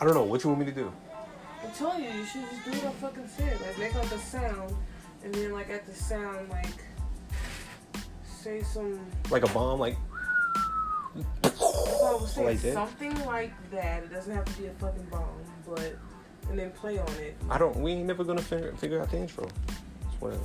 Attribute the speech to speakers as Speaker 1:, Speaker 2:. Speaker 1: I don't know. What you want me to do?
Speaker 2: I'm telling you, you should just do the fucking shit. Like make up a sound, and then like at the sound, like say some.
Speaker 1: Like a bomb? Like
Speaker 2: If I was saying
Speaker 1: Like that?
Speaker 2: something like that, it doesn't have to be a fucking bomb, but and then play on it.
Speaker 1: I don't. We ain't never gonna figure, figure out the intro. It's whatever.